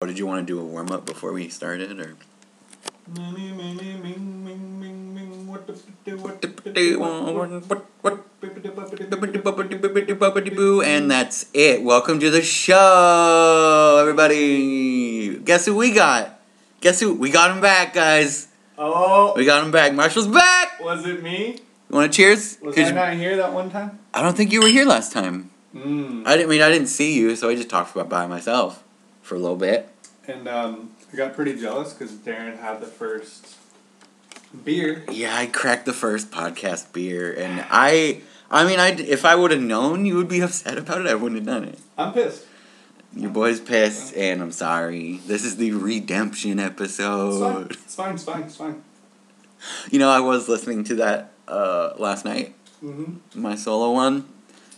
Oh, did you want to do a warm up before we started, or? Oh, And that's it. Welcome to the show, everybody. Guess who we got? Guess who? We got him back, guys. Oh, We got him back. Marshall's back. was it me? You want to cheers? Was 'Cause I you- not here that one time? I don't think you were here last time. Mm. I didn't I mean I didn't see you, so I just talked about by myself for a little bit. And um, I got pretty jealous because Darren had the first beer. Yeah, I cracked the first podcast beer, and I. I mean, I if I would have known you would be upset about it, I wouldn't have done it. I'm pissed. Your boy's pissed, and I'm sorry. This is the redemption It's fine. episode. It's fine. It's fine. It's fine. You know, I was listening to that uh, last night, Mm-hmm. my solo one,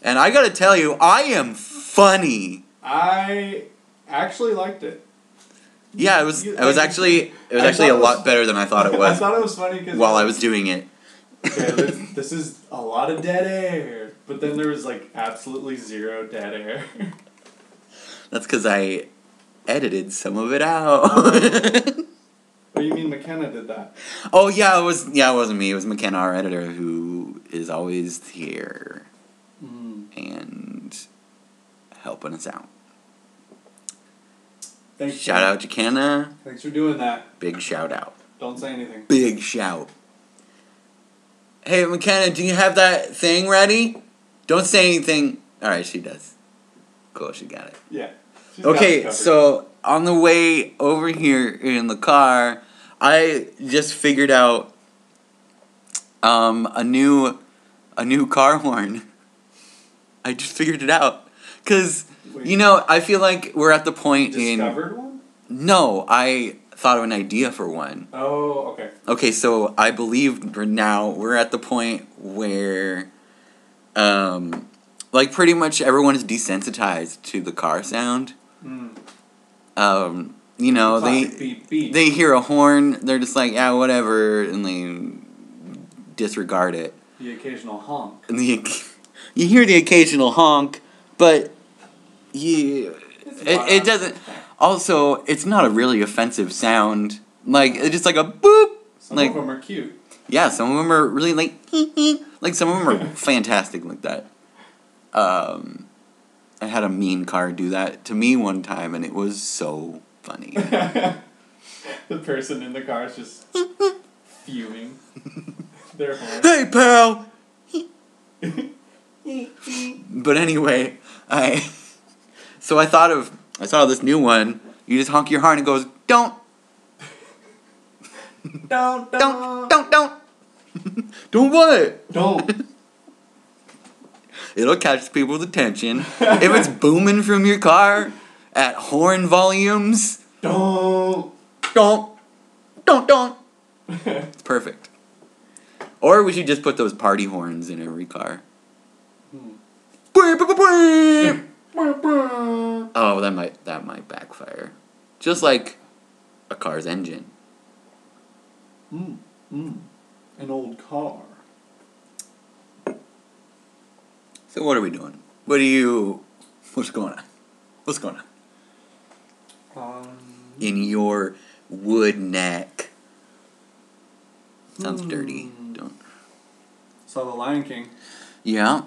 and I gotta tell you, I am funny. I actually liked it. Yeah, it was. You- It was actually. It was I actually thought a it was- lot better than I thought it I was thought it was funny because while I was doing it. okay, this, this is a lot of dead air, but then there was like absolutely zero dead air. That's because I edited some of it out. what do you mean McKenna did that? oh yeah, it was yeah, it wasn't me. It was McKenna, our editor, who is always here Mm. and helping us out. Thanks. Shout out to Kenna. Thanks for doing that. Big shout out. Don't say anything. Big shout. Hey McKenna, do you have that thing ready? Don't say anything. All right, she does. Cool, she got it. Yeah. She's got it Okay, covered. so on the way over here in the car, I just figured out um, a new a new car horn. I just figured it out because Wait, you know I feel like we're at the point in discovered one? no, I thought of an idea for one. Oh, okay. Okay, so I believe we're now we're at the point where, um, like pretty much everyone is desensitized to the car sound. Mm. um, you know, Classic they beep, beep. they hear a horn, they're just like, yeah, whatever, and they disregard it. the occasional honk. And the, you hear the occasional honk, but you, It's it, not- it doesn't. Also, it's not a really offensive sound. Like it's just like a boop. Some like- of them are cute. Yeah, some of them are really like, like some of them are fantastic like that. Um, I had a mean car do that to me one time, and it was so funny. the person in the car is just fuming. Their horn. Hey, pal. But anyway, I so I thought of I saw this new one. You just honk your horn and it goes don't don't, don't don't don't don't what? Don't. It'll catch people's attention if it's booming from your car at horn volumes. Don't. Don't don't don't. It's perfect. Or we should just put those party horns in every car. Hmm. Oh, that might that might backfire. Just like a car's engine. Mm, mm. An old car. So what are we doing? What do you what's going on? What's going on? Um, In your wood neck. Sounds dirty. Hmm. Don't Saw The Lion King. Yeah.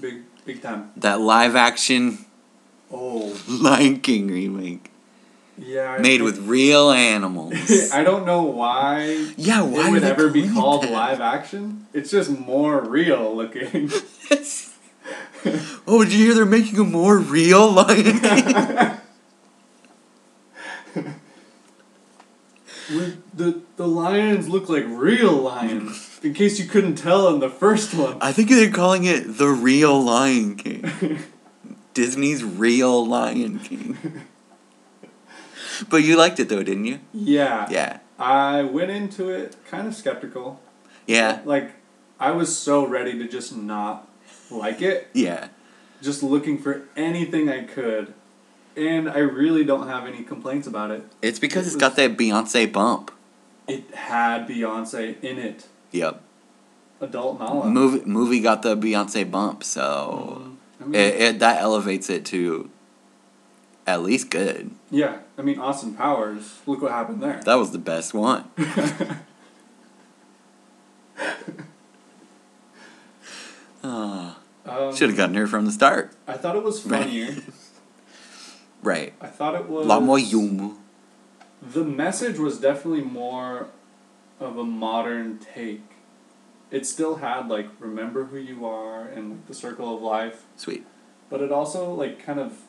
Big, big time. That live action Oh. Lion King remake. Yeah. I Made think- with real animals. I don't know why yeah, it why would they ever be call it called that? live action. It's just more real looking. oh, did you hear they're making a more real Lion King? With the the lions look like real lions. In case you couldn't tell in the first one. I think they're calling it the real Lion King. Disney's real Lion King. but you liked it though, didn't you? yeah. Yeah. I went into it kind of skeptical. Yeah. Like I was so ready to just not like it, Yeah. just looking for anything I could. And I really don't have any complaints about it. It's because it's got that Beyonce bump. It had Beyonce in it. Yep. Adult Nala. Movie movie got the Beyonce bump, so I mean, Eh. it, it that elevates it to at least good. yeah. I mean, Austin Powers. Look what happened there. That was the best one. Ah, Um, Should have gotten her from the start. I thought it was funnier. Right. I thought it A was. lot more humor. The message was definitely more of a modern take. It still had like remember who you are and like the circle of life, Sweet. but it also like kind of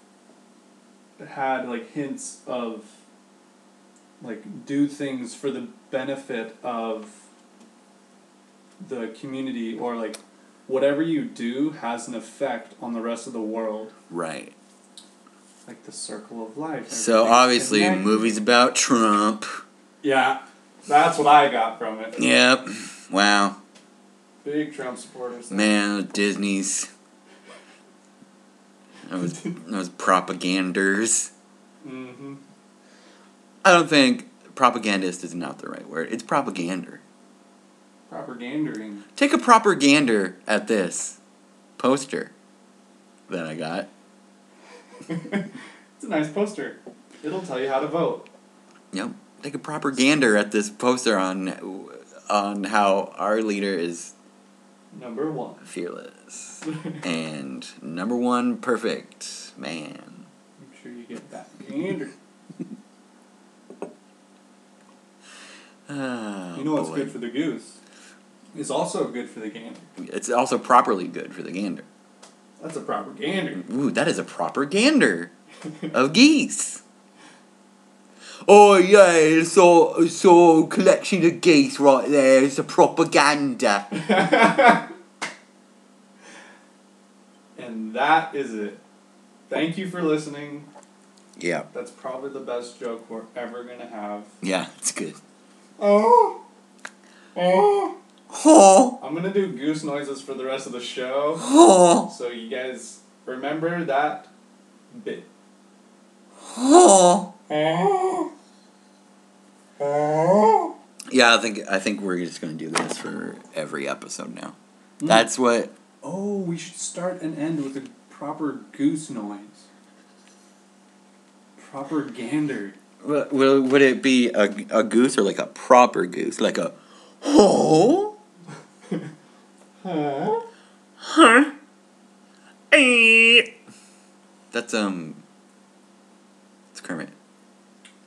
had like hints of like do things for the benefit of the community or like whatever you do has an effect on the rest of the world Right. like the circle of life So everything's obviously, connected. movies about Trump. yeah, that's what I got from it. Yep. Wow. Big Trump supporters. Man, Disney's. Those, those propaganders. mm-hmm. I don't think propagandist is not the right word. It's propagander. propagandering Take a proper gander at this poster that I got. it's a nice poster. It'll tell you how to vote. Yep. Take a proper gander at this poster on on how our leader is Number one. fearless and number one perfect man. I'm sure you get that. Gander. Oh, you know what's boy. good for the goose is also good for the gander. It's also properly good for the gander. That's a proper gander. Ooh, that is a proper gander of geese. Oh yeah, so so collection of geese right there. It's a propaganda. And that is it. Thank you for listening. Yeah, That's probably the best joke we're ever gonna have. yeah, it's good. Oh. Oh. Oh, I'm gonna do goose noises for the rest of the show. oh, So you guys remember that bit. oh. Oh. Oh. Yeah, I think I think we're just gonna do this for every episode now. Hmm. That's what. Oh, we should start and end with a proper goose noise. Proper gander. Would, would it be a, a goose or like a proper goose, like a oh? Huh? Huh? Eh. That's um. It's Kermit.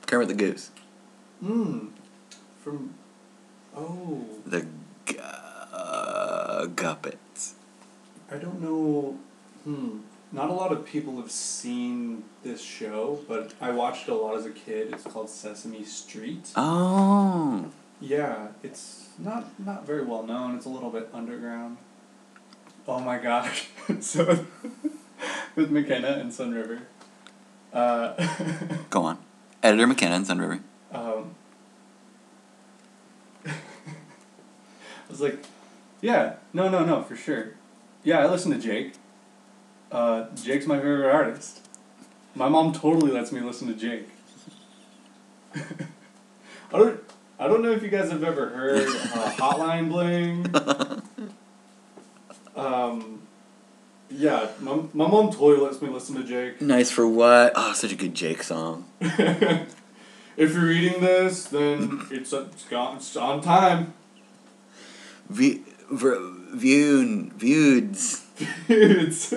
Kermit the Goose. Hmm. Mmm. From. Oh. The gu- uh, Guppets. I don't know. Hmm. Not a lot of people have seen this show, but I watched a lot as a kid. It's called Sesame Street. Oh. Yeah, it's not not very well known. It's a little bit underground. Oh my gosh! so with McKenna and Sun River, uh, Go on. Editor McKenna and Sun River. um, I was like, yeah, no, no, no, for sure. Yeah, I listen to Jake. Uh, Jake's my favorite artist. My mom totally lets me listen to Jake. I don't, I don't know if you guys have ever heard uh, Hotline Bling. Um, yeah, my, my mom totally lets me listen to Jake. Nice for what? Oh, such a good Jake song. If you're reading this, then it's, it's, gone, it's on time. V- ver- viewed. Vieweds. it's,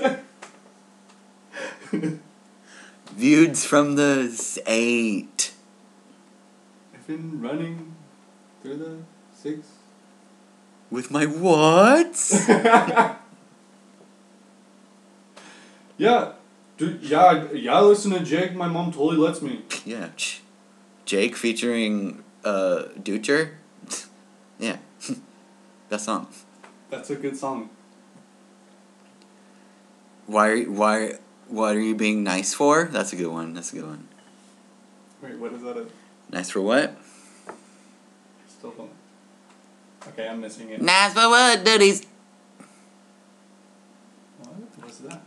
Vieweds from the s- eight. I've been running through the six. With my what? Yeah, dude, yeah, yeah, I listen to Jake. My mom totally lets me. yeah. ch- Jake featuring uh, Dutcher. Yeah. that song. That's a good song. Why are why what are you being nice for? That's a good one. That's a good one. Wait, what is that? I Nice for what? still don't. Okay, I'm missing it. Nice for what, duties? What was that?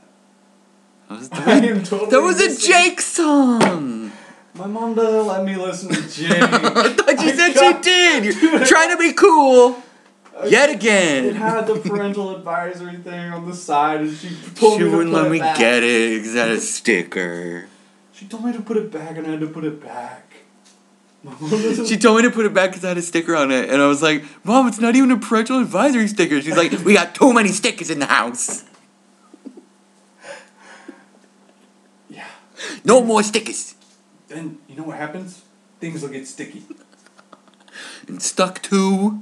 That was, I am totally. that was a missing- Jake song. My mom doesn't let me listen to Jake. I thought I you said got- you did. You're trying to be cool. Yet It again. had the parental advisory thing on the side, and she told She me to wouldn't put let it me back. get it because I had a sticker. She told me to put it back, and I had to put it back. She told me to put it back because I had a sticker on it, and I was like, "Mom, it's not even a parental advisory sticker." She's like, "We got too many stickers in the house. yeah. No more stickers." Then you know what happens? Things will get sticky. And stuck to,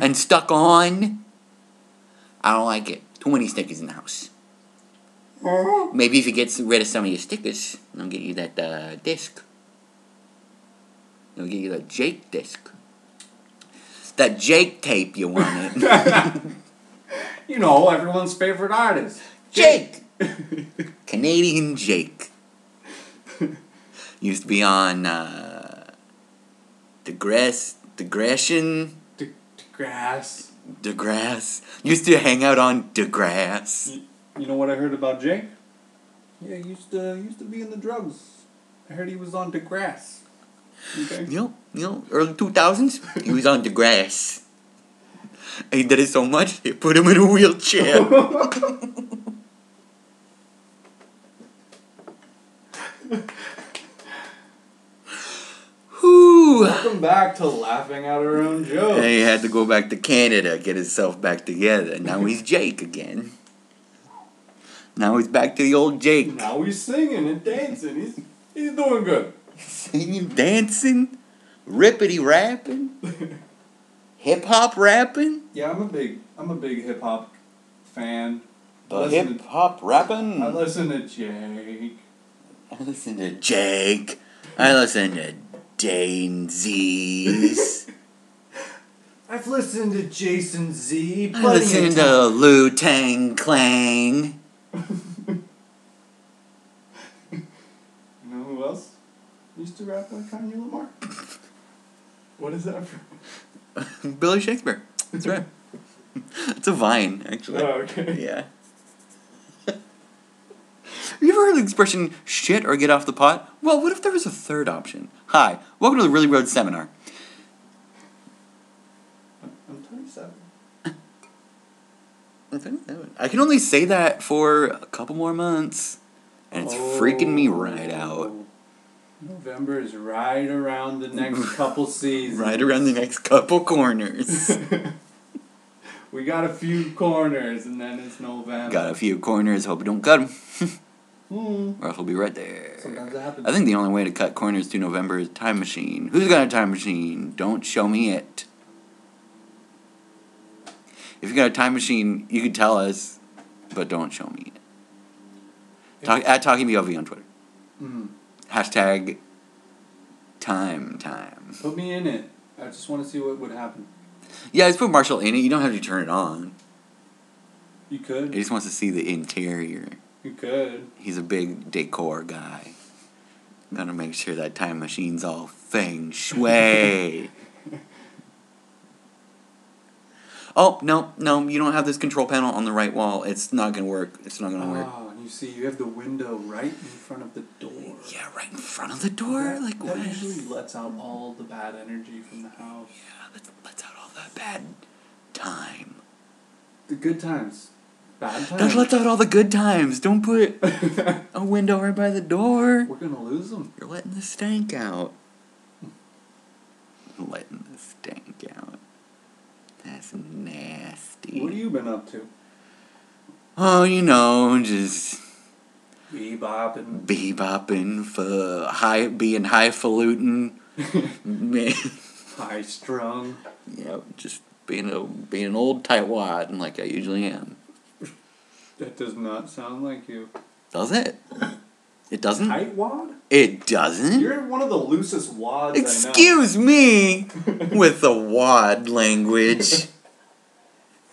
and stuck on. I don't like it. Too many stickers in the house. Maybe if you get rid of some of your stickers, they'll get you that uh, disc. They'll get you that Jake disc. That Jake tape you wanted. You know, everyone's favorite artist. Jake! Canadian Jake. Used to be on uh, Degress, Degression, De- DeGrasse. DeGrasse. Used to hang out on DeGrasse. You, you know what I heard about Jake? Yeah, he used to used to be in the drugs. I heard he was on DeGrasse. Okay. You know, you know, early 2000s, he was on DeGrasse. He did it so much, they put him in a wheelchair. Whew. Welcome back to laughing at our own jokes. And he had to go back to Canada, get himself back together. And now he's Jake again. Now he's back to the old Jake. Now he's singing and dancing. He's he's doing good. Singing, dancing, rippity rapping, hip hop rapping. yeah, I'm a big I'm a big hip hop fan. I But listen hip hop rapping. to- I listen to Jake. I listen to Jake. I listen to Danzies. I've listened to Jason Z. I listen to Lu Tang Clang. You know who else used to rap like Kanye Lamar? what is that from? Billy Shakespeare. That's right. It's a vine, actually. Oh, okay. Yeah. Have you ever heard the expression shit or get off the pot? Well, what if there was a third option? Hi, welcome to the Really Road Seminar. I'm 27. I can only say that for a couple more months, and it's freaking me right out. Oh. November is right around the next couple seasons. Right around the next couple corners. we got a few corners and then it's November. Got a few corners, hope you don't cut them, Hmm. or else we'll be right there. Sometimes that happens. I think the only way to cut corners through November is time machine. Who's got a time machine? Don't show me it. If you got a time machine, you could tell us, but don't show me it. Talk, at Talking BLV on Twitter. Hmm. Hashtag time time. Put me in it. I just want to see what would happen. Yeah, just put Marshall in it. You don't have to turn it on. You He could. just wants to see the interior. You could. He's a big decor guy. Gotta make sure that time machine's all feng shui. oh, no, no, you don't have this control panel on the right wall. It's not gonna work. It's not gonna work. Oh, you see, you have the window right in front of the door. Yeah, right in front of the door? Oh. That- like, that what? usually lets out all the bad energy from the house. Yeah, let's, let's out all that bad time. The good times, bad times. Let's let out all the good times. Don't put a window right by the door. We're gonna lose them. You're letting the stank out. Letting the stank out. That's nasty. What have you been up to? oh, you know, just Bebop and bebopping for high, being highfalutin. Man, high strung. you know, just being a being an old tightwad, and like I usually am. That does not sound like you. Does it? It doesn't. Tight wad? it doesn't. You're one of the loosest wads Excuse me with the wad language.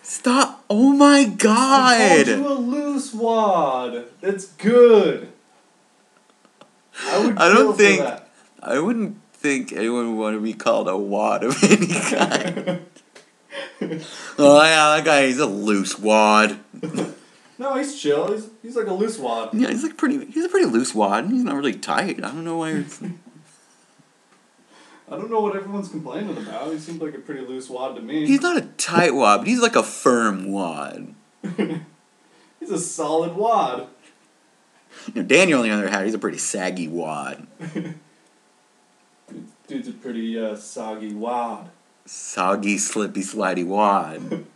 Stop. Oh my I know. I god. called you a loose wad. That's good. I would. I don't kill for think- that. I wouldn't think anyone would want to be called a wad of any kind. oh yeah, that guy, he's a loose wad. No, he's chill. He's, he's like a loose wad. Yeah, he's like pretty he's a pretty loose wad and he's not really tight. I don't know why it's I don't know what everyone's complaining about. He seemed like a pretty loose wad to me. he's not a tight wad, but he's like a firm wad. He's a solid wad. No, Daniel, on the other hand, he's a pretty saggy wad. Dude's a pretty uh, soggy wad. Soggy, slippy, slidey wad.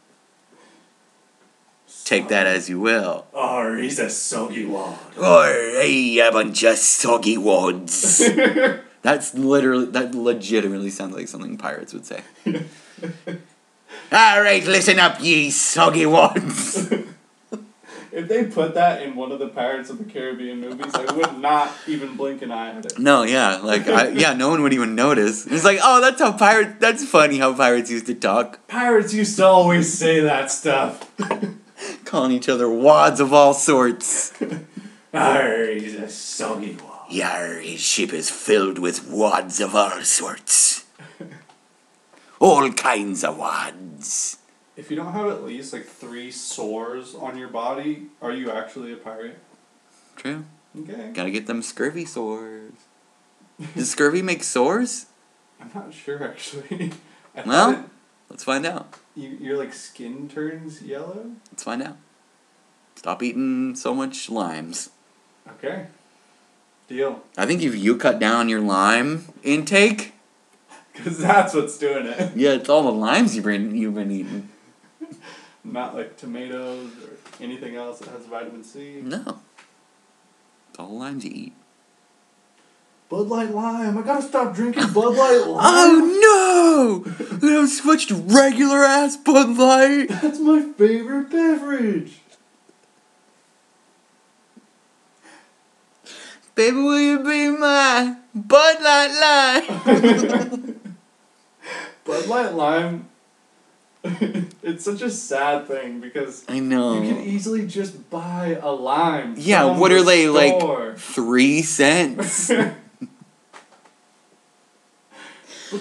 Take that as you will. Oh, he's a soggy wad. Oh, hey, I'm on just soggy wads. That's literally, that legitimately sounds like something pirates would say. All right, listen up, ye soggy wads. If they put that in one of the Pirates of the Caribbean movies, I would not even blink an eye at it. No, yeah, like, I, yeah, no one would even notice. It's like, oh, that's how pirates, that's funny how pirates used to talk, Pirates used to always say that stuff. calling each other wads of all sorts. Arr, he's a soggy wad. Yar, his ship is filled with wads of all sorts. all kinds of wads. If you don't have at least like three sores on your body, are you actually a pirate? True. Okay. Gotta get them scurvy sores. Does scurvy make sores? I'm not sure actually. I Well? thought it- Let's find out. you, your like skin turns yellow. Let's find out. Stop eating so much limes. Okay. Deal. I think if you cut down your lime intake, Because that's what's doing it. yeah, it's all the limes you've been you've been eating. Not like tomatoes or anything else that has vitamin C. No. It's all the limes you eat. Bud Light Lime. I gotta stop drinking Bud Light Lime. Oh no! I don't switch to regular ass Bud Light. That's my favorite beverage. Baby, will you be my Bud Light Lime? Bud Light Lime. it's such a sad thing because I you can know. easily just buy a lime. Oh. Yeah, from what the are they store. like? Three cents? but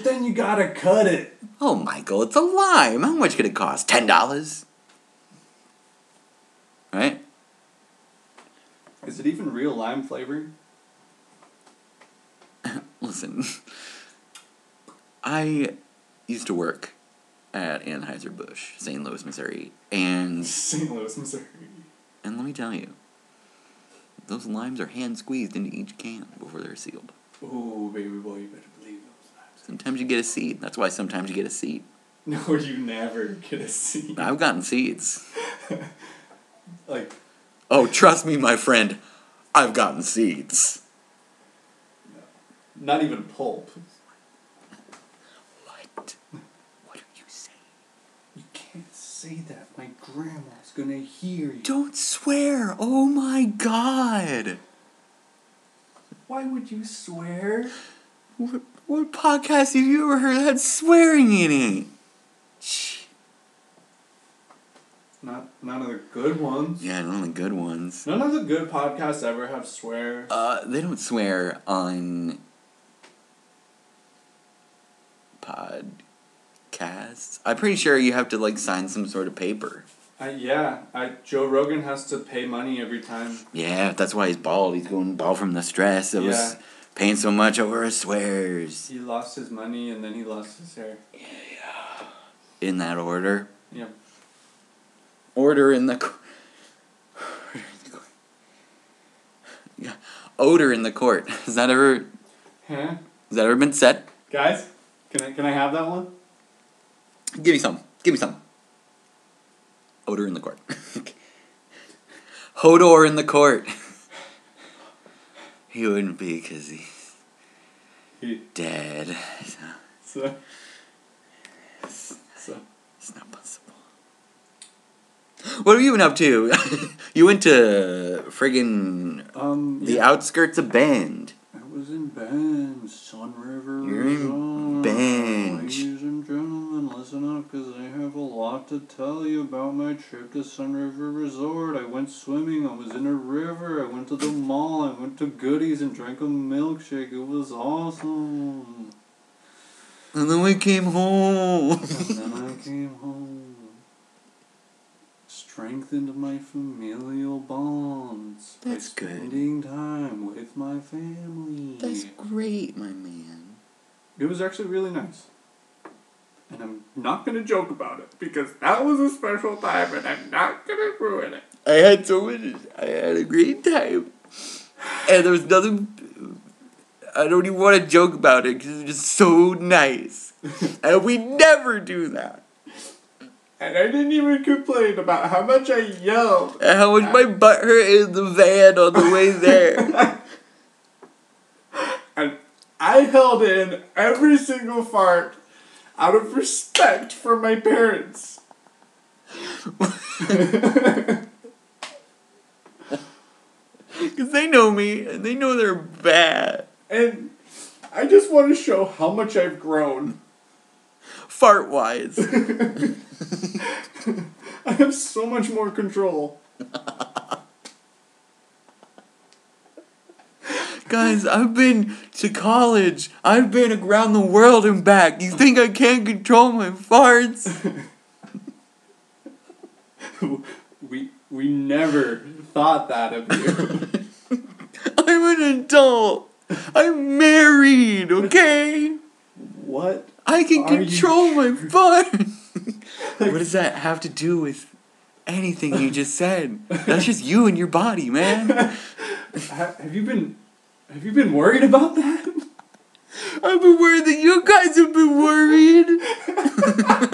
then you gotta cut it. oh, Michael, it's a lime. How much could it cost? Ten dollars? Right? Is it even real lime flavor? Listen, I used to work at Anheuser-Busch, St. Louis, Missouri, and St. Louis, Missouri. and let me tell you, those limes are hand squeezed into each can before they're sealed. Ooh, baby boy, you better believe those Sometimes you get a seed. That's why sometimes you get a seed. limes. No, you never get a C. I've gotten seeds. Like, Oh, trust me, my friend, I've gotten seeds. not even pulp. What? What are you saying? You can't say that. My grandma's gonna hear you. Don't swear! Oh my god! Why would you swear? What, what podcast have you ever heard that had swearing in it? Shh. Not none of the good ones. Yeah, none of the good ones. None of the good podcasts ever have swear. Uh, they don't swear on podcasts. I'm pretty sure you have to like sign some sort of paper. I, yeah, I Joe Rogan has to pay money every time. Yeah, that's why he's bald. He's going bald from the stress of us Yeah. paying so much over his swears. He lost his money and then he lost his hair. In that order. Yeah. Order in the. co- Order in the court. Yeah. Odor in the court. Has that ever Huh? has that ever been said? Guys, can I can I have that one? Give me some. Give me some. Odor in the court. Hodor in the court. he wouldn't be because he's He, dead. so, so It's not possible. What have you been up to? you went to friggin' um the yeah, outskirts of Bend. I was in Bend, Sun River. You're in Arizona. Bend. Ladies and gentlemen, listen up, cause I have a lot to tell you about my trip to Sun River Resort. I went swimming. I was in a river. I went to the mall. I went to Goodies and drank a milkshake. It was awesome. And then we came home. And then I came home, strengthened my familial bonds. by That's good. Spending time with my family. That's great, my man. It was actually really nice. And I'm not gonna joke about it because that was a special time and I'm not gonna ruin it. I had so much. I had a great time. and there's nothing. I don't even want to joke about it because it's just so nice, and we never do that. And I didn't even complain about how much I yelled. And how much my butt hurt in the van on the way there. And I held in every single fart out of respect for my parents. Because they know me and they know they're bad. And I just want to show how much I've grown. Fart wise. I have so much more control. Guys, I've been to college. I've been around the world and back. You think I can't control my farts? We we never thought that of you. I'm an adult. I'm married, okay? what? I can Are you control my farts. what does that have to do with anything you just said? That's just you and your body, man. Ha- have you been have you been worried about that? I've been worried that you guys have been worried.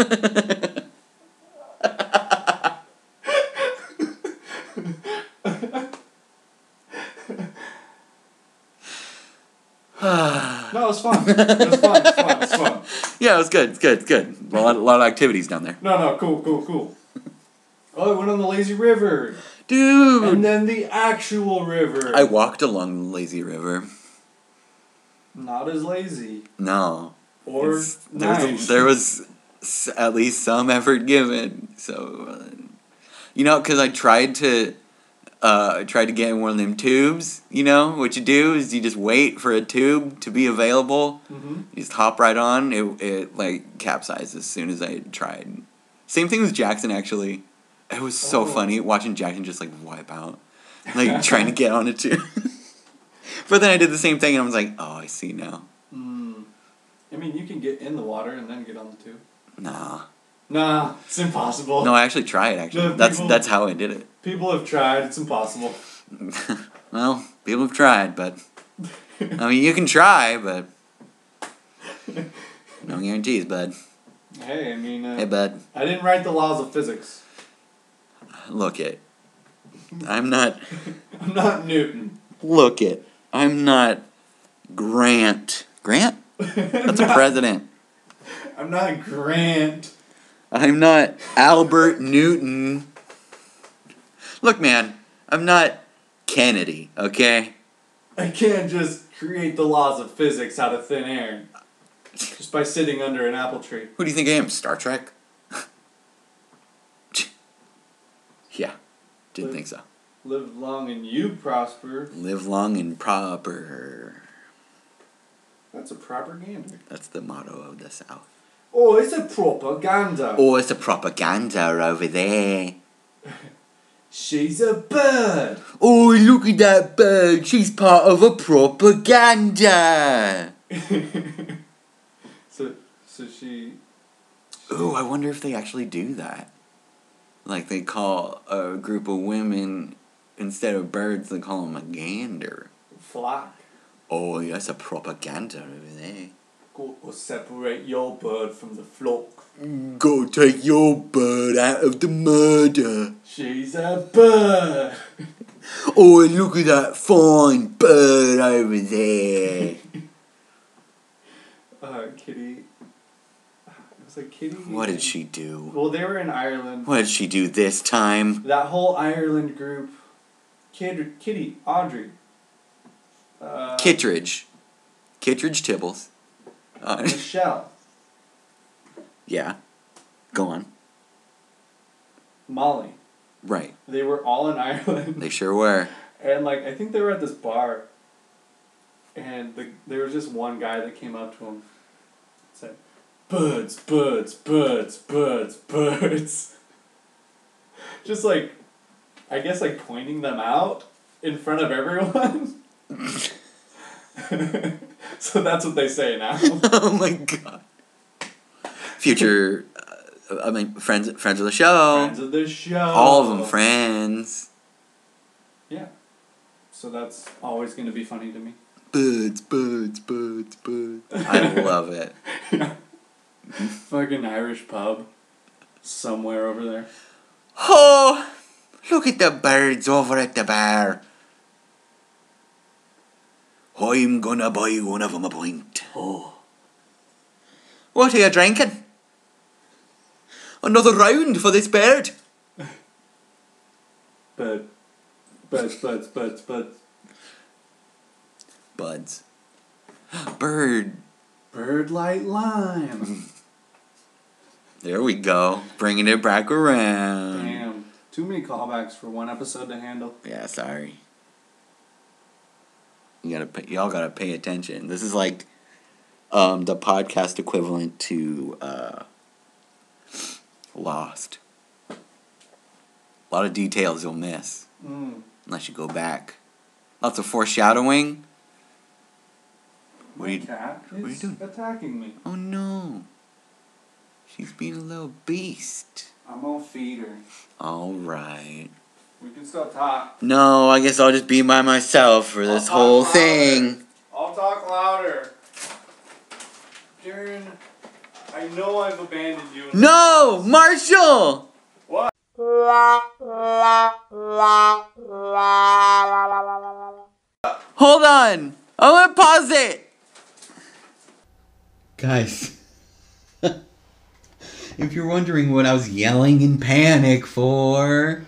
No, it's fun. It's fun. It's fun. It's fun. Yeah, it was good. It's good. It's good. A lot, a lot of activities down there. No, no, cool, cool, cool. Oh, I went on the lazy river, Dude. and then the actual river. I walked along the lazy river. Not as lazy No. or It's- there, nice. was there was s- at least some effort given. So, uh, you know, because I tried to, uh, I tried to get in one of them tubes. You know what you do is you just wait for a tube to be available. Mhm. You just hop right on. It it like capsized as soon as I tried. Same thing with Jackson actually. It was so Oh. funny watching Jackson just like wipe out, like trying to get on a tube. but then I did the same thing and I was like, oh, I see now. Mm. I mean, you can get in the water and then get on the tube. Nah. Nah, it's impossible. No, I actually tried. Actually, No, that's people- that's how I did it. People have tried. It's impossible. well, people have tried, but I mean, you can try, but no guarantees, bud. Hey, I mean, uh, Hey, bud, I didn't write the laws of physics. look it. I'm not. I'm not Newton. Look it. I'm not Grant. Grant? That's a president. I'm not Grant. I'm not Albert Newton. Look, man. I'm not Kennedy. Okay. I can't just create the laws of physics out of thin air just by sitting under an apple tree. Who do you think I am? Star Trek? yeah, didn't think so. Live long and you prosper. Live long and proper. That's a propaganda. That's the motto of the South. Oh, it's a propaganda. Oh, it's the propaganda over there. She's a bird. Oh, look at that bird. She's part of a propaganda. So, so she. Oh, I wonder if they actually do that. Like they call a group of women, instead of birds, they call them a gander. flock Oh, that's a propaganda over there. Go or separate your bird from the flock. Go take your bird out of the murder. She's a bird. Oh, and look at that fine bird over there. Uh, kitty. Ah, It was like kitty. what did she do? Well, they were in Ireland. What did she do this time? That whole Ireland group. Kid, kitty, Audrey. Uh, Kittredge. Kittredge Tibbles. Uh, Michelle. yeah. Go on. Molly. Right. They were all in Ireland. They sure were. And like I think they were at this bar, and the, there was just one guy that came up to him, and said, "Birds, birds, birds, birds, birds." Just like, I guess like pointing them out in front of everyone. so that's what they say now. oh my god. Future, uh, I mean, friends, friends of the show. Friends of the show. All of them friends. Yeah. So that's always going to be funny to me. Birds, birds, birds, birds. I love it. Fucking Irish pub somewhere over there. Oh, look at the birds over at the bar. I'm gonna buy one of 'em a pint. Oh. What are you drinking? Another round for this bird. But, but, but, but, but, Buds. Bird. Bird Light Mm. Lime. There we go. Bringing it back around. Damn. Too many callbacks for one episode to handle. Yeah, sorry. You gotta pay, y'all gotta pay attention. This is like um, the podcast equivalent to uh, Lost. A lot of details you'll miss Mm. unless you go back. Lots of foreshadowing. What are My you- cat what are you is doing? attacking me. Oh no, she's being a little beast. I'm gonna feed her. All right. We can still talk. No, I guess I'll just be by myself for this I'll whole talk thing. I'll talk louder. Darren, I know I've abandoned you. No, Marshall. What? Hold on. I'm gonna pause it. Guys, if you're wondering what I was yelling in panic for,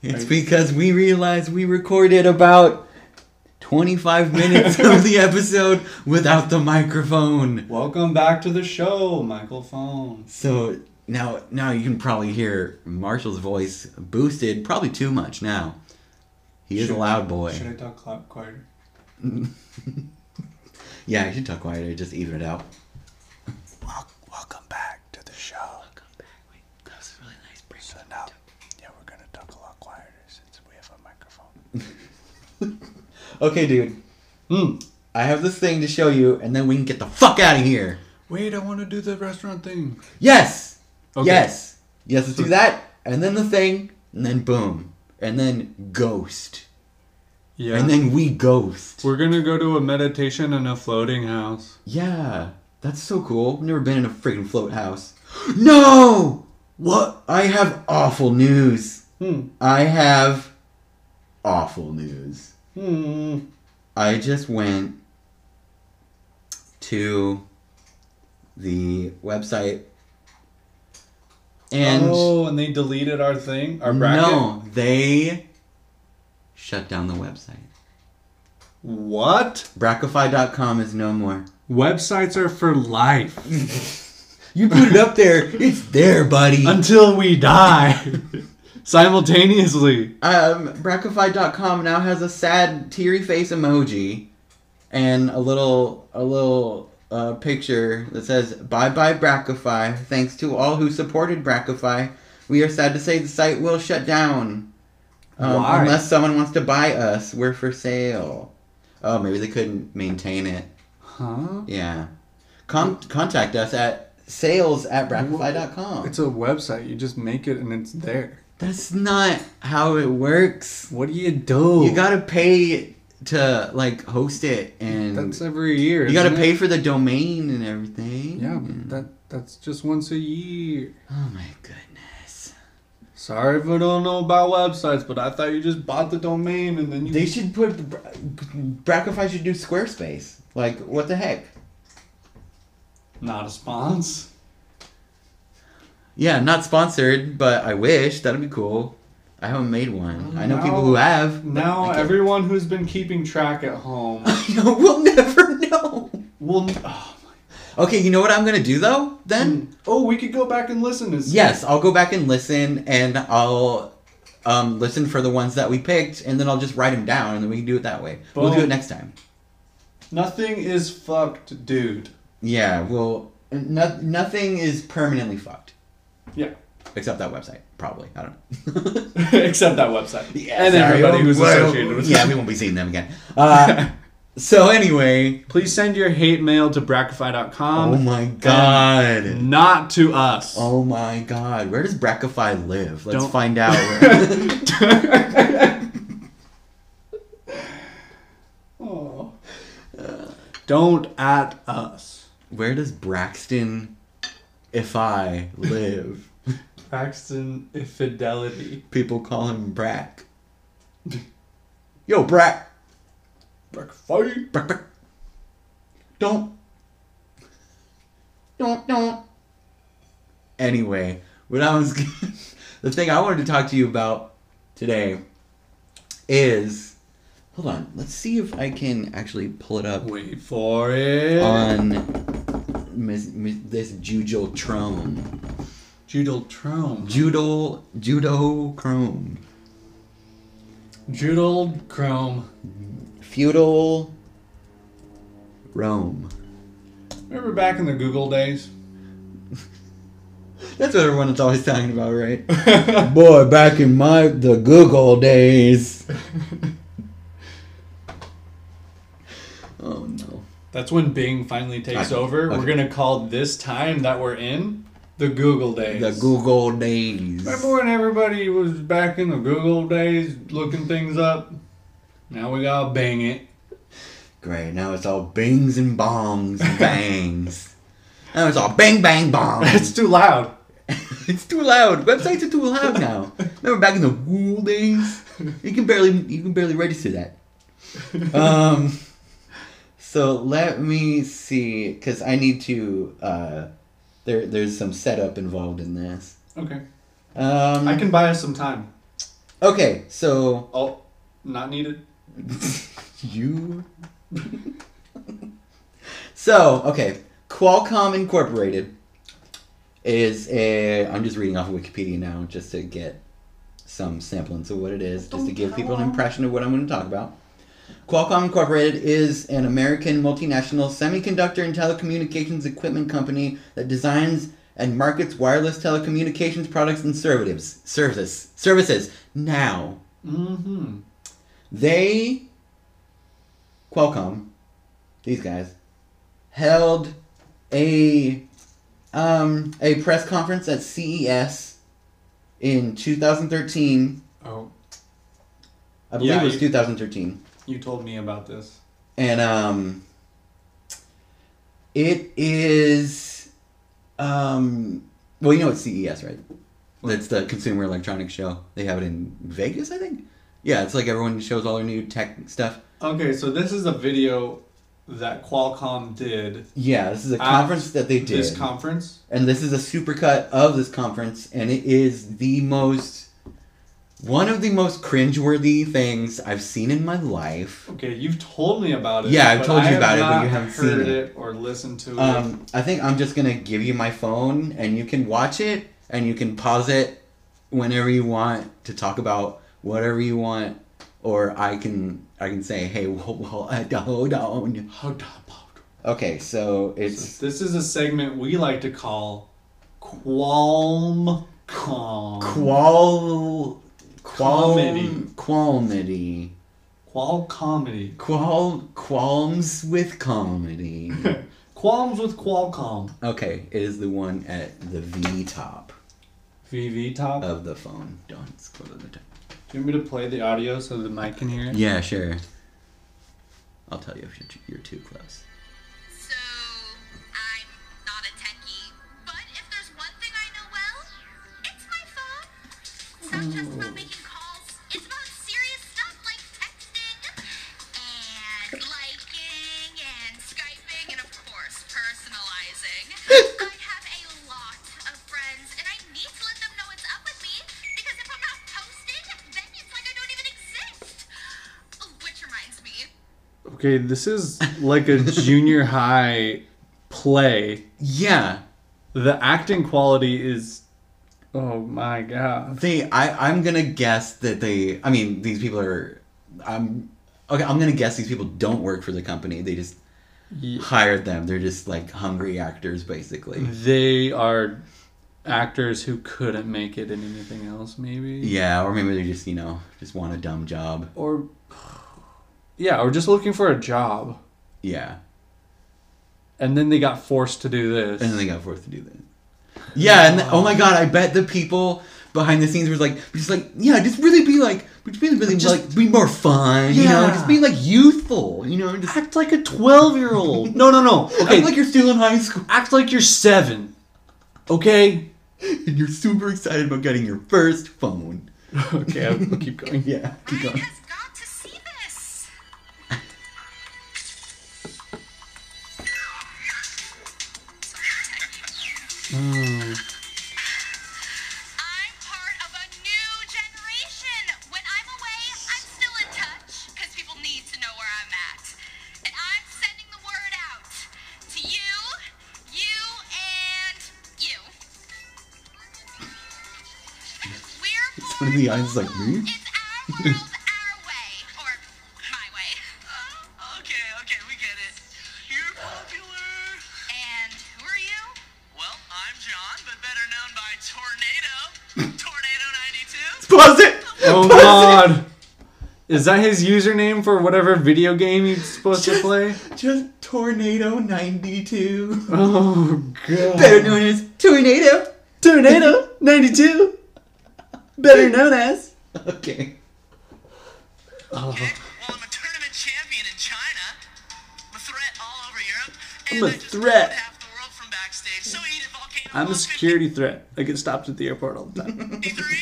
it's because we realized we recorded about 25 minutes of the episode without the microphone. Welcome back to the show, Michael Phone. So now now you can probably hear Marshall's voice boosted, probably too much now. He is a Should- loud boy. Should I talk cl- quieter? Yeah, you should talk quieter, just even it out. Welcome back to the show. That was a really nice break. So now, yeah, we're gonna talk a lot quieter since we have a microphone. Okay, dude. Hmm. I have this thing to show you, and then we can get the fuck out of here. Wait, I want to do the restaurant thing. Yes. Okay. Yes. Yes. Let's do that, and then the thing, and then boom, and then ghost, Yeah. and then we ghost. We're gonna go to a meditation in a floating house. Yeah, that's so cool. I've never been in a freaking float house. No! What? I have awful news. Hmm. I have awful news. Hmm. I just went to the website and oh, and they deleted our thing, our bracket. no, they shut down the website. What? Brackify.com is no more. Websites are for life You put it up there, it's there, buddy. until we die, simultaneously. um, Brackify.com now has a sad, teary face emoji, and a little a little uh, picture that says "Bye bye Brackify." Thanks to all who supported Brackify, we are sad to say the site will shut down. Um, Why? Unless someone wants to buy us, we're for sale. Oh, maybe they couldn't maintain it. Huh? Yeah. Con- contact us at sales at brackify.com. It's a website. You just make it and it's there. That's not how it works. What do you do? You gotta pay to like host it, and That's every year. you gotta isn't it? pay for the domain and everything. Yeah, but that that's just once a year. Oh my goodness. Sorry if I don't know about websites, but I thought you just bought the domain and then you. They should put Brackify should do Squarespace. Like what the heck? Not a sponsor. Yeah, not sponsored, but I wish that'd be cool. I haven't made one. I know Now- people who have. but Now I can't- everyone who's been keeping track at home I know, we'll never know. will. Oh, Okay, you know what I'm gonna do though? Then my- oh, we could go back and listen to. s- Yes, I'll go back and listen, and I'll um, listen for the ones that we picked, and then I'll just write them down, and then we can do it that way. We'll do it Boom. next time. Nothing is fucked, dude. Yeah, well, no, nothing is permanently fucked Yeah. except that website, probably. I don't know. Except that website. yeah, and sorry. everybody who's Well, associated with Yeah, we won't be seeing them again. Uh, so anyway, Please send your hate mail to oh brackify.com. my god. Not to us. Oh my god, where does Brackify live? Let's Don't- find out. Don't at us. Where does Braxton, if I live? Braxton Infidelity. People call him Brack. Yo, Brack. Brack fight. Brack, Brack. Don't. Don't, don't. Anyway, what I was. the thing I wanted to talk to you about today is. Hold on. Let's see if I can actually pull it up Wait for it. on mis- mis- this Jujol Trone. Judal Trome. Judo. Judo Chrome. Judal Chrome. Feudal Rome. Remember back in the Google days? That's what everyone's always talking about, right? Boy, back in my the Google days. oh no. That's when Bing finally takes Okay, over. okay. We're gonna call this time that we're in the Google days. The Google days. Remember when everybody was back in the Google days looking things up? Now we gotta bang it. Great, now it's all bings and bongs and bangs. now it's all bang bang bong. That's too loud. it's too loud. Websites are too loud now. Remember back in the Google days? You can barely you can barely register that. Uh, Um so let me see cuz I need to uh there there's some setup involved in this. Okay. Um I can buy us some time. Okay, so Oh, not needed. you So, okay, Qualcomm Incorporated is a I'm just reading off of Wikipedia now just to get some semblance of what it is, just to give people an impression of what I'm going to talk about. Qualcomm Incorporated is an American multinational semiconductor and telecommunications equipment company that designs and markets wireless telecommunications products and services. Service services now. Mm-hmm. They, Qualcomm, these guys, held a um, a press conference at CES in 2013. Oh, I believe Yeah, it was you- 2013. you told me about this. and um, it is um, well, you know it's CES, right? That's the Consumer Electronics Show. They have it in Vegas, I think. Yeah, it's like everyone shows all their new tech stuff. Okay, so this is a video that Qualcomm did. Yeah, this is a at conference that they did, Ah, This conference. and this is a supercut of this conference, and it is the most one of the most cringeworthy things I've seen in my life. Okay, you've told me about it. Yeah, I've but told you I have about it, but not you haven't seen heard it. or listened to it. Um, I think I'm just gonna give you my phone, and you can watch it, and you can pause it whenever you want to talk about whatever you want, or I can I can say, hey, whoa, whoa, uh, hold on. Hold up, hold up. Okay, so it's This is a segment we like to call Qualm Qualcomm. qual qual Comedy. qualmity. Qual comedy. Qual qualms with comedy. Qualms with Qualcomm. okay, it is the one at the V top VV Top. of the phone. Don't scroll to the top. Do you want me to play the audio so the mic can hear it? Yeah, sure. I'll tell you if you're too, you're too close. So I'm not a techie, but if there's one thing I know well, it's my phone. It's not just about making calls. It's about serious stuff like texting and liking and skyping and of course personalizing. I have a lot of friends, and I need to let them know what's up with me because if I'm not posting, then it's like I don't even exist. Which reminds me. Okay, this is like a junior high play. Yeah, The acting quality is. Oh my god. they. I. I'm gonna guess that they. I mean, these people are. I'm. Okay, I'm gonna guess these people don't work for the company. They just Ye- Mm-hmm. hired them. They're just like hungry actors, basically. They are actors who couldn't make it in anything else, maybe? Yeah, or maybe they just you know just want a dumb job. Or. Yeah, or just looking for a job. Yeah, And then they got forced to do this. and then they got forced to do that. Yeah, and oh my god, I bet the people behind the scenes was like just like yeah, just really be like just really really Just- like be more fun, you know, Yeah. just be like youthful, you know, just Act like a 12 year old. No, no, no. Okay. act like you're still in high school act like you're seven. Okay? and you're super excited about getting your first phone. Okay, I'll I'll keep going. Yeah, keep Ryan going. has got to see this. I'm part of a new generation. When I'm away, I'm still in touch because people need to know where I'm at. And I'm sending the word out to you, you, and you. We're One of born the eyes like me. it's our world, our way, or my way. Okay, okay, we get it. You're popular. And who are you? Well, I'm John, but better known by Tornado. Tornado 92. Pause it. Oh god. Is that his username for whatever video game he's supposed to play? Just tornado ninety two. Oh god. Better known as tornado. Tornado 92. Better known as. Okay. Okay. Well, I'm a tournament champion in China. I'm a threat all over Europe. And I'm a I just threat. blew half the world from backstage. So eat it, volcano. I'm a Vulcan security threat. I get stopped at the airport all the time. 53.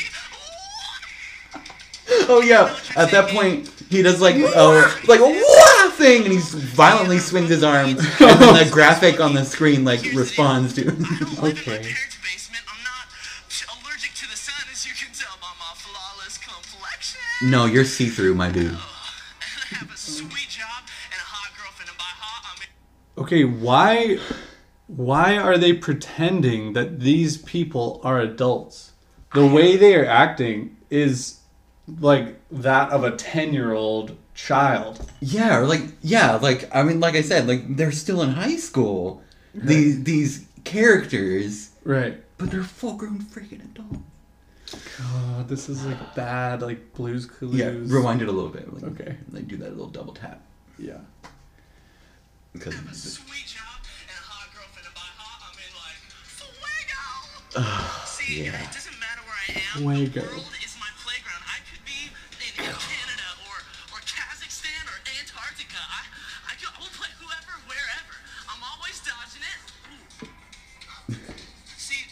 Oh yeah. At that point, he does like a like a wah thing, and he violently swings his arm, and then the graphic on the screen like responds to. him. I don't live in my Okay. parents' basement. I'm not allergic to the sun, as you can tell by my flawless complexion. no, you're see through, my dude. And I have a sweet job and a hot girlfriend, and by hot, I mean Okay, why why are they pretending that these people are adults? The way they are acting is like that of a 10-year-old child. Yeah, or like yeah, like I mean, like I said, like they're still in high school. These these characters, Right. but they're full grown freaking adults. Oh, this is like bad like blues clues. Yeah, rewind it a little bit. Like, Okay. They do that little double tap Yeah. because a sweet job and a hot girlfriend, and by hot, I mean like fuego. See, yeah. it doesn't matter where I am. Fuego. The world is my playground. I could be in Canada or or Kazakhstan or Antarctica. I I, could, I will play whoever, wherever. I'm always dodging it. Ooh. See.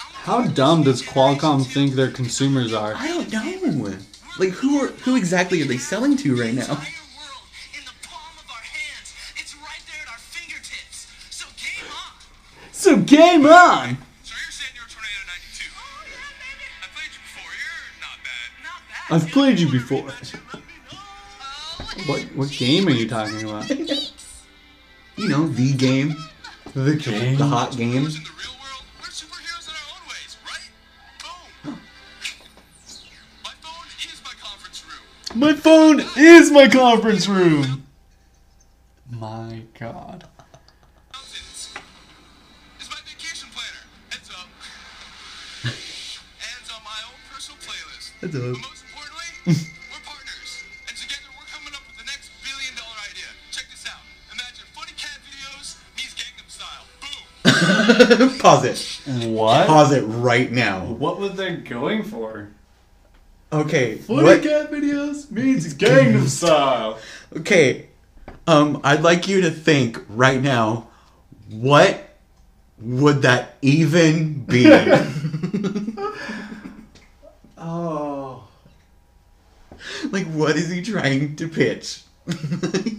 I'm a How part of dumb the does Qualcomm generation think too. their consumers are? I don't know. Like who are who exactly are they selling to right now? So game on! I've played you before. Oh, What what game are you talking about? You know, the game, The the hot game. In the real world, we're superheroes in our own ways, right? Boom. My phone is my conference room. My phone is my conference room. My god. mountains is my vacation planner. Heads up. and on my own personal playlist. Heads up. But most importantly, we're partners. And together we're coming up with the next billion dollar idea. Check this out. Imagine funny cat videos meets Gangnam Style. Boom. Pause it. What? Pause it right now. What was they going for? Okay. What? cat videos means Gangnam Style. Okay. Um, I'd like you to think right now. What would that even be? Oh, like, what is he trying to pitch?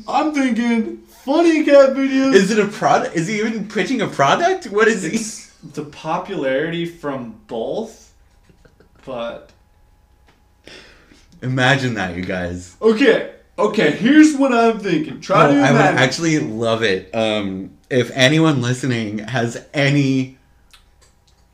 I'm thinking funny cat videos. is it a product? Is he even pitching a product? What is he? the popularity from both, but Imagine that, you guys. okay, okay. Here's what I'm thinking. Try Oh, to I imagine. would actually love it. Um, if anyone listening has any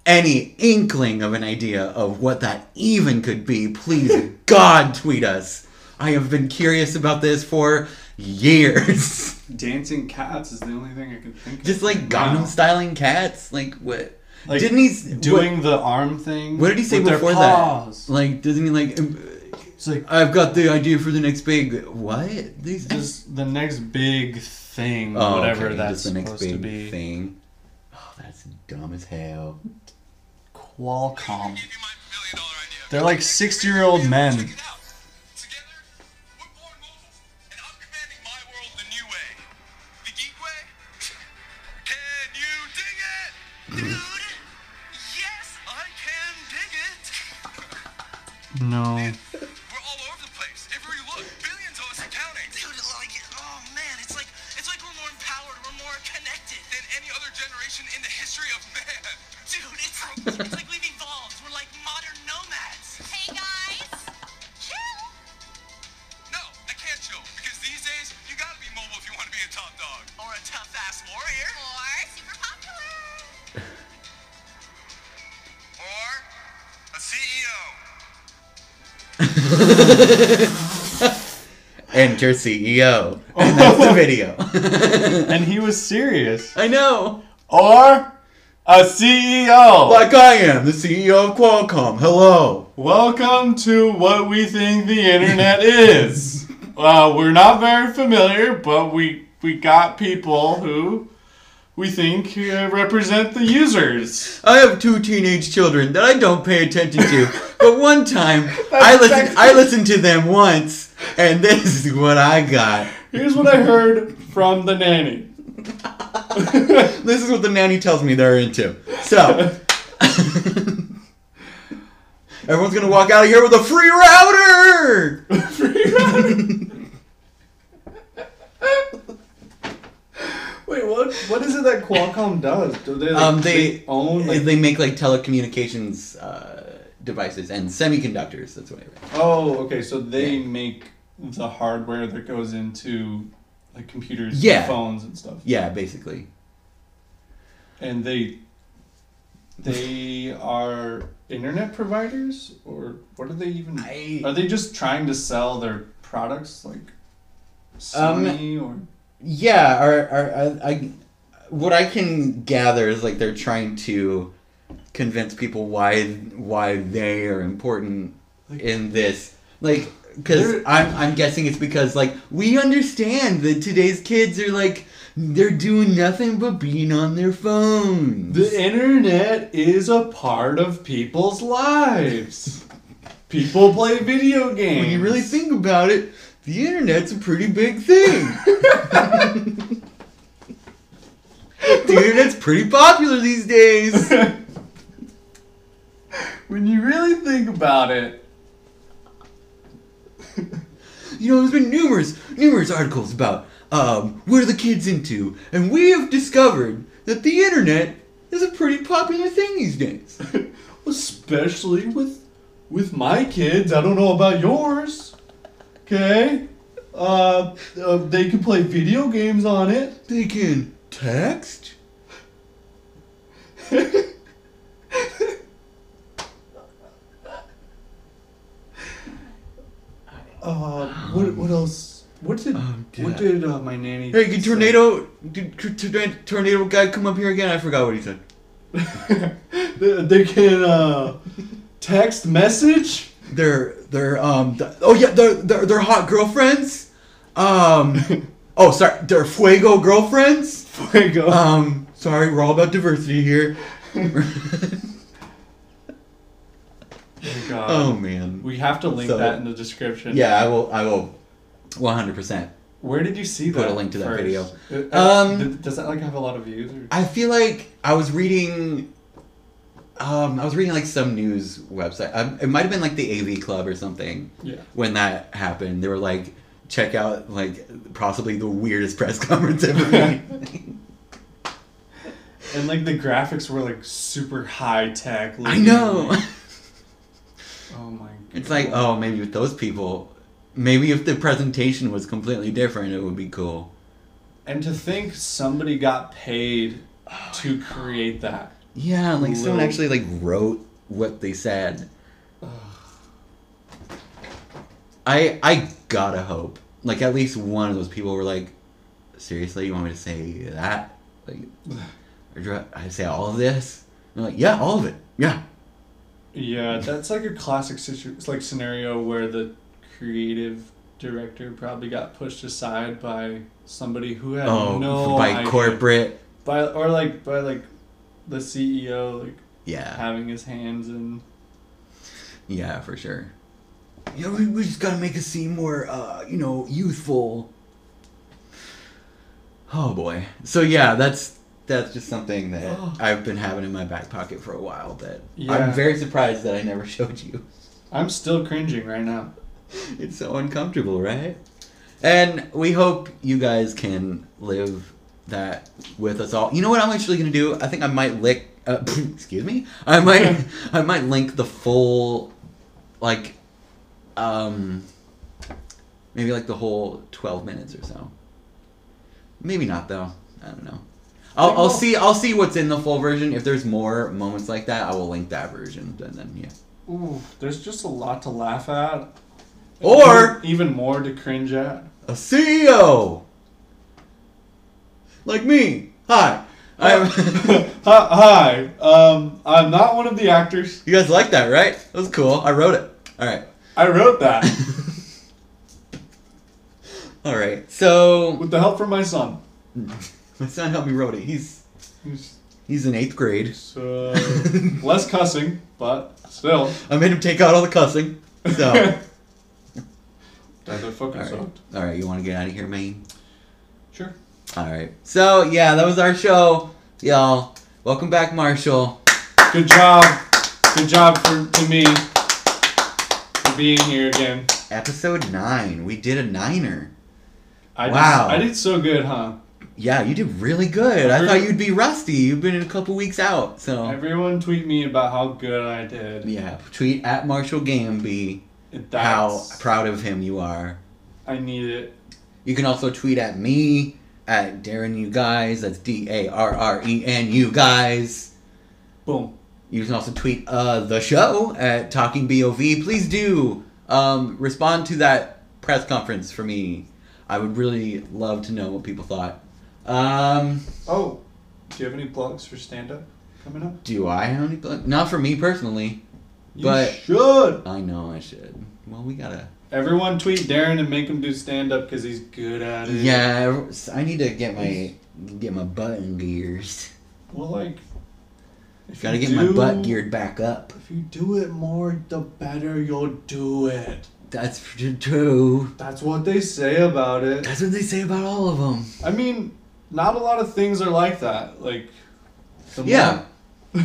any inkling of an idea of what that even could be, please God tweet us. I have been curious about this for years. Dancing cats is the only thing I can think of. Just like Wow. Gotham styling cats, like what? Like, didn't he s- what- doing the arm thing. What, did he say with their before paws. that? Like, doesn't he like? um, It's like I've got the idea for the next big what? These just the next big thing, Oh, whatever okay, that's just the next supposed big to be. thing. Oh, that's dumb as hell. Qualcomm. Give you my billion dollar They're like 60 year old men. Check it out. Together, we're born mobile, and I'm commanding my world the new way. The geek way? Can you dig it? Dude, yes, I can dig it. No. We're all over the place. Everywhere you look, billions of us and counting. Dude, like, oh man, it's like, it's like we're more empowered, we're more connected than any other generation in the history of man. Dude, it's like, it's like we've evolved. We're like modern nomads. Hey guys, chill. No, I can't chill because these days you gotta be mobile if you want to be a top dog or a tough ass warrior Or super popular. or a E CEO. Enter CEO. Oh. And E that's the video. And he was serious. I know. Or a E CEO. Like I am, the CEO of Qualcomm. Hello. Welcome to what we think the internet is. Uh, we're not very familiar, but we we got people who we think uh, represent the users. I have two teenage children that I don't pay attention to, but one time I listened I listened to them once and this is what I got. Here's what I heard from the nanny. This is what the nanny tells me they're into. So Everyone's gonna walk out of here with a free router! Wait, what? What is it that Qualcomm does? Do they like, Um, they, own like? they make like telecommunications uh, devices and semiconductors. That's what I read. oh, okay. So they make the hardware that goes into like computers, Yeah. and phones, and stuff. Yeah, basically. And they they are internet providers, or what are they even? I- Are they just trying to sell their products like Um, Sony or? Yeah, are, are, I, I, what I can gather is like they're trying to convince people why why they are important in this. Like, because They're- I'm I'm guessing it's because like we understand that today's kids are like they're doing nothing but being on their phones. The internet is a part of people's lives. People play video games. when you really think about it, the internet's a pretty big thing. the internet's pretty popular these days. when you really think about it, You know, there's been numerous, numerous articles about um, what are the kids into, and we have discovered that the internet is a pretty popular thing these days. especially with with my kids, I don't know about yours. Okay? Uh, uh they can play video games on it. They can text. Uh what what else? What did Um, what yeah. did uh, my nanny Hey, can say? tornado, did t- t- tornado guy come up here again? I forgot what he said. they, they can uh text message? They're they're um th- oh yeah they're, they're they're hot girlfriends, um oh sorry they're fuego girlfriends. Fuego. Um sorry we're all about diversity here. God. oh man. We have to link So- that in the description. Yeah, I will. I will. One hundred percent. Where did you see Put that? a link to that first? video. It- Um, Uh, th- does that like have a lot of views? Or? I feel like I was reading. Um, I was reading like some news website. Um, it might have been like the AV Club or something. Yeah. When that happened, they were like, "Check out like possibly the weirdest press conference ever." And like the graphics were like super high tech. I know. Oh my. God. It's like, oh, maybe with those people, maybe if the presentation was completely different, it would be cool. And to think somebody got paid to create that. Yeah, like someone Little- actually like wrote what they said. I I gotta hope. Like at least one of those people were like, seriously, you want me to say that? Like, or do I- I say all of this? And they're like, yeah, all of it. Yeah. Yeah, that's like a classic situ- it's like scenario where the creative director probably got pushed aside by somebody who had Oh, no by idea. corporate. by or like by like the CEO like Yeah. having his hands in Yeah, for sure. Yeah, we, we just gotta make it seem more, uh, you know, youthful. Oh boy. So yeah, that's that's just something that I've been having in my back pocket for a while. That Yeah. I'm very surprised that I never showed you. I'm still cringing right now. It's so uncomfortable, right? And we hope you guys can live that with us all. You know what I'm actually gonna do? I think I might lick. Uh, excuse me. I might. I might link the full, like, um, maybe like the whole twelve minutes or so. Maybe not though. I don't know. I'll, I'll see. I'll see what's in the full version. If there's more moments like that, I will link that version. And then yeah. Ooh, there's just a lot to laugh at. Or even more to cringe at. a CEO. Like me. Hi. I'm Hi, um, I'm not one of the actors. You guys like that, right? That was cool. I wrote it. All right. I wrote that All right. So with the help from my son. my son helped me wrote it. He's He's- he's in 8th grade. So less cussing, but still, I made him take out all the cussing. So, that fucking all right. sucked. All right, you want to get out of here, man? Sure. All right. So, yeah, that was our show, y'all. Welcome back, Marshall. Good job. Good job for to me for being here again. Episode 9. We did a niner. I Wow. Did, I did so good, huh? Yeah, you did really good. I Every- thought you'd be rusty. You've been a couple weeks out, so Everyone tweet me about how good I did. yeah. Tweet at Marshall Gamby That's, how proud of him you are. I need it. You can also tweet at me at Darren You Guys. That's D A R R E N You Guys. Boom. You can also tweet uh, the show at Talking Bov. Please do um, respond to that press conference for me. I would really love to know what people thought. Um, Oh, do you have any plugs for stand up coming up? do I have any? pla- Not for me personally. You But- should. I know I should. Well, we gotta. Everyone tweet Darren and make him do stand up because he's good at it. Yeah, I need to get my get my button gears. Well, like, if Gotta you get my do- butt geared back up. If you do it more, the better you'll do it. That's true. That's what they say about it. That's what they say about all of them. I mean, not a lot of things are like that. Like, the Yeah.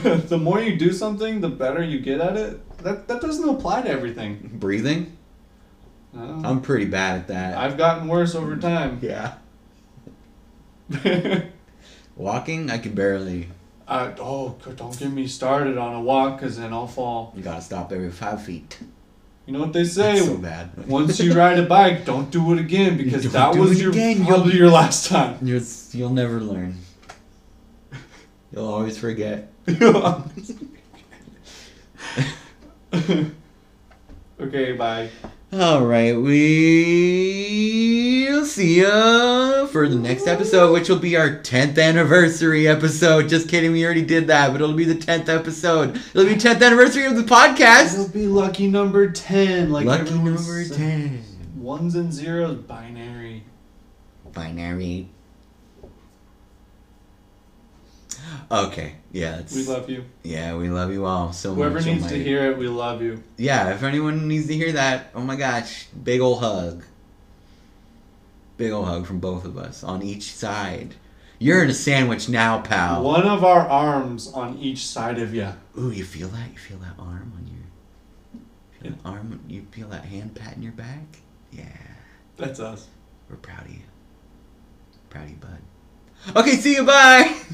More, the more you do something, the better you get at it. That that doesn't apply to everything. Breathing? No. I'm pretty bad at that. I've gotten worse over time. yeah. Walking? I can barely. I, oh, don't get me started on a walk, cause then I'll fall. You gotta stop every five feet. You know what they say? That's so bad. Once you ride a bike, don't do it again because Don't that do was it your again, probably your last time. You'll, you'll never learn. You'll always forget. okay, bye. All right, we'll see ya for the next episode, which will be our 10th anniversary episode. Just kidding, we already did that, but it'll be the 10th episode. It'll be 10th anniversary of the It'll podcast. be lucky number ten, like Lucky everyone number said. 10. Ones and zeros, binary. Binary. Okay, yeah, it's, We love you. yeah, we love you all so Whoever much. oh needs my- to hear it, we love you. yeah, if anyone needs to hear that, oh my gosh, big ol' hug. Big ol' hug from both of us on each side. You're in a sandwich now, pal. One of our arms on each side of you. Ooh, you feel that? You feel that arm on your feel that arm you feel that hand patting your back? Yeah. That's us. We're proud of you. Proud of you, bud. Okay, see you, bye!